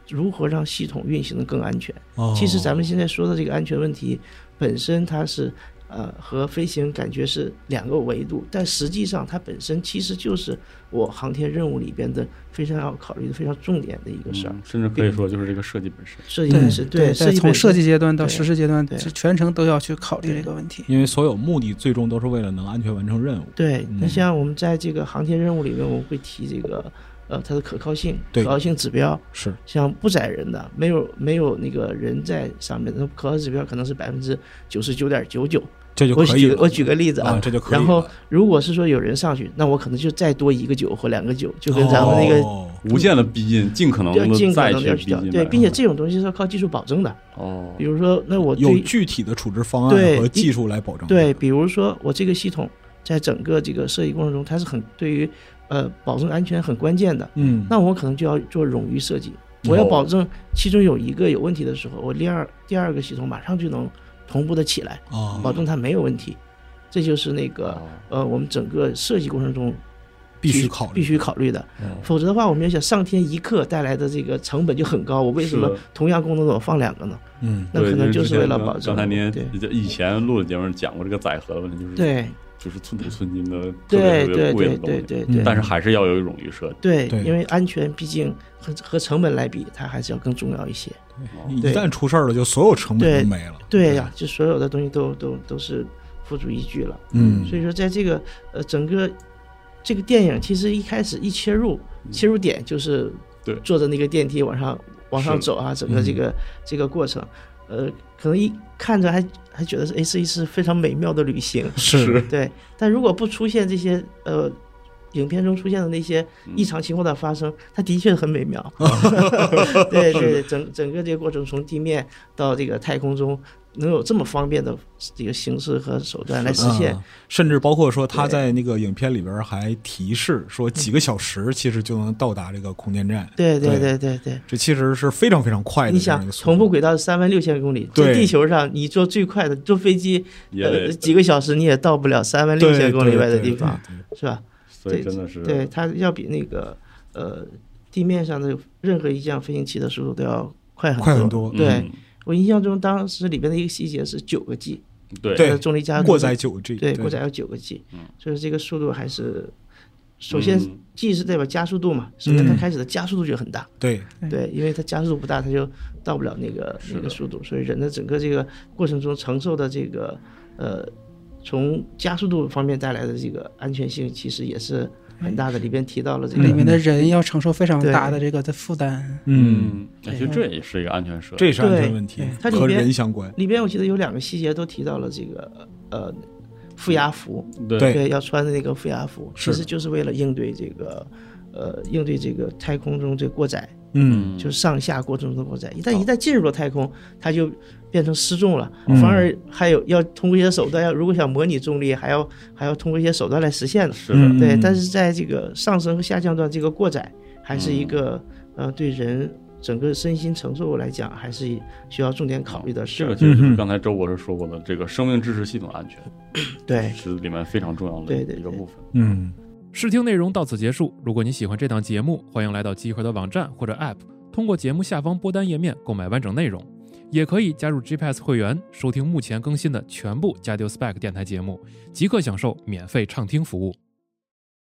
[SPEAKER 3] 如何让系统运行的更安全。
[SPEAKER 2] 哦
[SPEAKER 3] 其实咱们现在说的这个安全问题本身，它是呃和飞行感觉是两个维度，但实际上它本身其实就是我航天任务里边的非常要考虑的非常重点的一个事儿。
[SPEAKER 1] 嗯甚至可以说就是这个设计本身。
[SPEAKER 3] 设计
[SPEAKER 4] 对
[SPEAKER 3] 本身设
[SPEAKER 4] 在
[SPEAKER 3] 计
[SPEAKER 4] 从
[SPEAKER 3] 本身
[SPEAKER 4] 设计阶段到
[SPEAKER 3] 对
[SPEAKER 4] 实施阶段，
[SPEAKER 3] 对
[SPEAKER 4] 这全程都要去考虑这个问题。
[SPEAKER 2] 因为所有目的最终都是为了能安全完成任务。
[SPEAKER 3] 对，那
[SPEAKER 2] 嗯
[SPEAKER 3] 像我们在这个航天任务里面，我们会提这个呃它的可靠性、
[SPEAKER 2] 对
[SPEAKER 3] 可靠性指标，
[SPEAKER 2] 是，
[SPEAKER 3] 像不载人的，没有没有那个人在上面，那可靠指标可能是百分之九十九点九九。
[SPEAKER 2] 这就
[SPEAKER 3] 我
[SPEAKER 2] 可以
[SPEAKER 3] 举
[SPEAKER 2] 了。
[SPEAKER 3] 我举个例子
[SPEAKER 2] 啊，
[SPEAKER 3] 啊，
[SPEAKER 2] 这就可以了。
[SPEAKER 3] 然后如果是说有人上去，那我可能就再多一个九或两个九，就跟咱们那个
[SPEAKER 2] 哦
[SPEAKER 1] 无限的逼近，尽可能
[SPEAKER 3] 要尽
[SPEAKER 1] 的
[SPEAKER 3] 可
[SPEAKER 1] 再
[SPEAKER 3] 能
[SPEAKER 1] 去
[SPEAKER 3] 的
[SPEAKER 1] 逼
[SPEAKER 3] 去掉。
[SPEAKER 1] 近。嗯
[SPEAKER 3] 对，并且这种东西是要靠技术保证的。
[SPEAKER 1] 哦
[SPEAKER 3] 比，如说，那我
[SPEAKER 2] 有
[SPEAKER 3] 对
[SPEAKER 2] 具体的处置方案
[SPEAKER 3] 对
[SPEAKER 2] 和
[SPEAKER 3] 一
[SPEAKER 2] 技术来保证。
[SPEAKER 3] 对，，比如说我这个系统在整个这个设计过程中，它是很对于呃保证安全很关键的。
[SPEAKER 2] 嗯，
[SPEAKER 3] 那我可能就要做冗余设计，我要
[SPEAKER 1] 哦
[SPEAKER 3] 保证其中有一个有问题的时候，我第二第二个系统马上就能同步的起来，
[SPEAKER 2] 啊，
[SPEAKER 3] 保证它没有问题。这就是那个
[SPEAKER 1] 哦
[SPEAKER 3] 呃，我们整个设计过程中
[SPEAKER 2] 必须考虑，
[SPEAKER 3] 必须考虑的，
[SPEAKER 1] 嗯
[SPEAKER 3] 否则的话，我们要想上天一刻带来的这个成本就很高。我为什
[SPEAKER 1] 是的
[SPEAKER 3] 么同样功能我放两个呢？
[SPEAKER 2] 嗯，
[SPEAKER 3] 那
[SPEAKER 1] 对
[SPEAKER 3] 可能
[SPEAKER 1] 就
[SPEAKER 3] 就是
[SPEAKER 1] 像
[SPEAKER 3] 为了
[SPEAKER 1] 刚
[SPEAKER 3] 保证。
[SPEAKER 1] 刚才您
[SPEAKER 3] 对
[SPEAKER 1] 以前录的节目讲过这个载荷的问题，就是
[SPEAKER 3] 对
[SPEAKER 1] 就是寸土寸金的特别
[SPEAKER 3] 对
[SPEAKER 1] 特别
[SPEAKER 3] 对
[SPEAKER 1] 贵
[SPEAKER 3] 对
[SPEAKER 1] 的
[SPEAKER 3] 对
[SPEAKER 1] 东西，
[SPEAKER 3] 对
[SPEAKER 2] 嗯
[SPEAKER 3] 对
[SPEAKER 1] 但是还是要有冗余设计。
[SPEAKER 3] 对
[SPEAKER 2] 对，
[SPEAKER 3] 因为安全毕竟和和成本来比，它还是要更重要一些。
[SPEAKER 2] 一
[SPEAKER 3] 嗯
[SPEAKER 1] 哦
[SPEAKER 3] 对
[SPEAKER 2] 旦出事儿了，就所有成本
[SPEAKER 3] 对
[SPEAKER 2] 都没了。
[SPEAKER 3] 对呀、就所有的东西都都都是付诸一炬了。
[SPEAKER 2] 嗯
[SPEAKER 3] 所以说在这个呃整个这个电影，其实一开始一切入切入点就是
[SPEAKER 1] 嗯对
[SPEAKER 3] 坐着那个电梯往上往上
[SPEAKER 1] 是嗯
[SPEAKER 3] 走啊，整个这个、这个过程，呃，可能一看着还还觉得是哎是一次非常美妙的旅行，
[SPEAKER 2] 是，啊
[SPEAKER 3] 对。但如果不出现这些呃。影片中出现的那些
[SPEAKER 1] 嗯
[SPEAKER 3] 异常情况的发生，它的确很美 妙。 对对，整整个这个过程从地面到这个太空中，能有这么方便的这个形式和手段来实现，
[SPEAKER 2] 啊甚至包括说他在那个影片里边还提示说
[SPEAKER 3] 嗯
[SPEAKER 2] 几个小时其实就能到达这个空间站，
[SPEAKER 3] 对对
[SPEAKER 2] 对
[SPEAKER 3] 对对对。
[SPEAKER 2] 这其实是非常非常快的。
[SPEAKER 3] 你想，同步轨道三万六千公里，
[SPEAKER 2] 对
[SPEAKER 3] 在地球上你坐最快的，坐飞机
[SPEAKER 1] 也
[SPEAKER 3] 呃
[SPEAKER 1] 得，
[SPEAKER 3] 几个小时你也到不了三万六
[SPEAKER 2] 对
[SPEAKER 3] 千公里外的地方，，
[SPEAKER 2] 对对对
[SPEAKER 3] 是吧？
[SPEAKER 1] 所以真的是
[SPEAKER 3] 对，它要比那个呃地面上的任何一架飞行器的速度都要快很
[SPEAKER 2] 快很多
[SPEAKER 3] 对、
[SPEAKER 1] 嗯
[SPEAKER 3] 我印象中，当时里边的一个细节是九个 G，
[SPEAKER 1] 对
[SPEAKER 2] 对
[SPEAKER 3] 它的重力加速
[SPEAKER 2] 过载九 G，
[SPEAKER 3] 对，过载要九个 G，
[SPEAKER 1] 嗯
[SPEAKER 3] 所以这个速度还是，首先
[SPEAKER 1] 嗯
[SPEAKER 3] G 是代表加速度嘛，首先它
[SPEAKER 2] 嗯
[SPEAKER 3] 开始的加速度就很大，
[SPEAKER 2] 对，
[SPEAKER 4] 对
[SPEAKER 3] 对，因为它加速度不大，它就到不了那个
[SPEAKER 1] 是的
[SPEAKER 3] 那个速度，所以人的整个这个过程中承受的这个呃，从加速度方面带来的这个安全性其实也是很大的，里边提到了这
[SPEAKER 4] 里
[SPEAKER 3] 个。
[SPEAKER 4] 面的人要承受非常
[SPEAKER 3] 嗯对
[SPEAKER 4] 大的这个的负担。
[SPEAKER 2] 嗯，
[SPEAKER 1] 嗯，哎其实这也是一个安全设计。
[SPEAKER 2] 这是安全问题
[SPEAKER 3] 对对，它里
[SPEAKER 2] 和
[SPEAKER 3] 边
[SPEAKER 2] 人相关。
[SPEAKER 3] 里边我记得有两个细节都提到了这个呃，负压服，
[SPEAKER 2] 对
[SPEAKER 3] 对，要穿的那个负压服，
[SPEAKER 2] 哎是
[SPEAKER 3] 其
[SPEAKER 2] 的
[SPEAKER 3] 实就是为了应对这个，呃，应对这个太空中这个过载，
[SPEAKER 2] 嗯，
[SPEAKER 3] 就是上下过程中的过载。一旦一旦进入了太空，它就变成失重了，
[SPEAKER 2] 嗯
[SPEAKER 3] 反而还有要通过一些手段，要如果想模拟重力，还要还要通过一些手段来实现的。
[SPEAKER 1] 是的，
[SPEAKER 2] 嗯
[SPEAKER 3] 对，但是在这个上升和下降段，这个过载还是
[SPEAKER 1] 嗯
[SPEAKER 3] 一个、呃对人整个身心承受来讲，还是需要重点考虑的事
[SPEAKER 1] 这
[SPEAKER 3] 儿
[SPEAKER 1] 个。其实就
[SPEAKER 2] 嗯
[SPEAKER 1] 是
[SPEAKER 2] 哼
[SPEAKER 1] 刚才周博士说过的，这个生命支持系统安全
[SPEAKER 3] 对，
[SPEAKER 1] 是里面非常重要的
[SPEAKER 3] 对对
[SPEAKER 1] 一个
[SPEAKER 3] 对
[SPEAKER 1] 部分。
[SPEAKER 2] 嗯，
[SPEAKER 5] 试听内容到此结束。如果你喜欢这档节目，欢迎来到集合的网站或者 App，通过节目下方播单页面购买完整内容，也可以加入 GPS 会员，收听目前更新的全部加丢 Spec 电台节目，即刻享受免费畅听服务。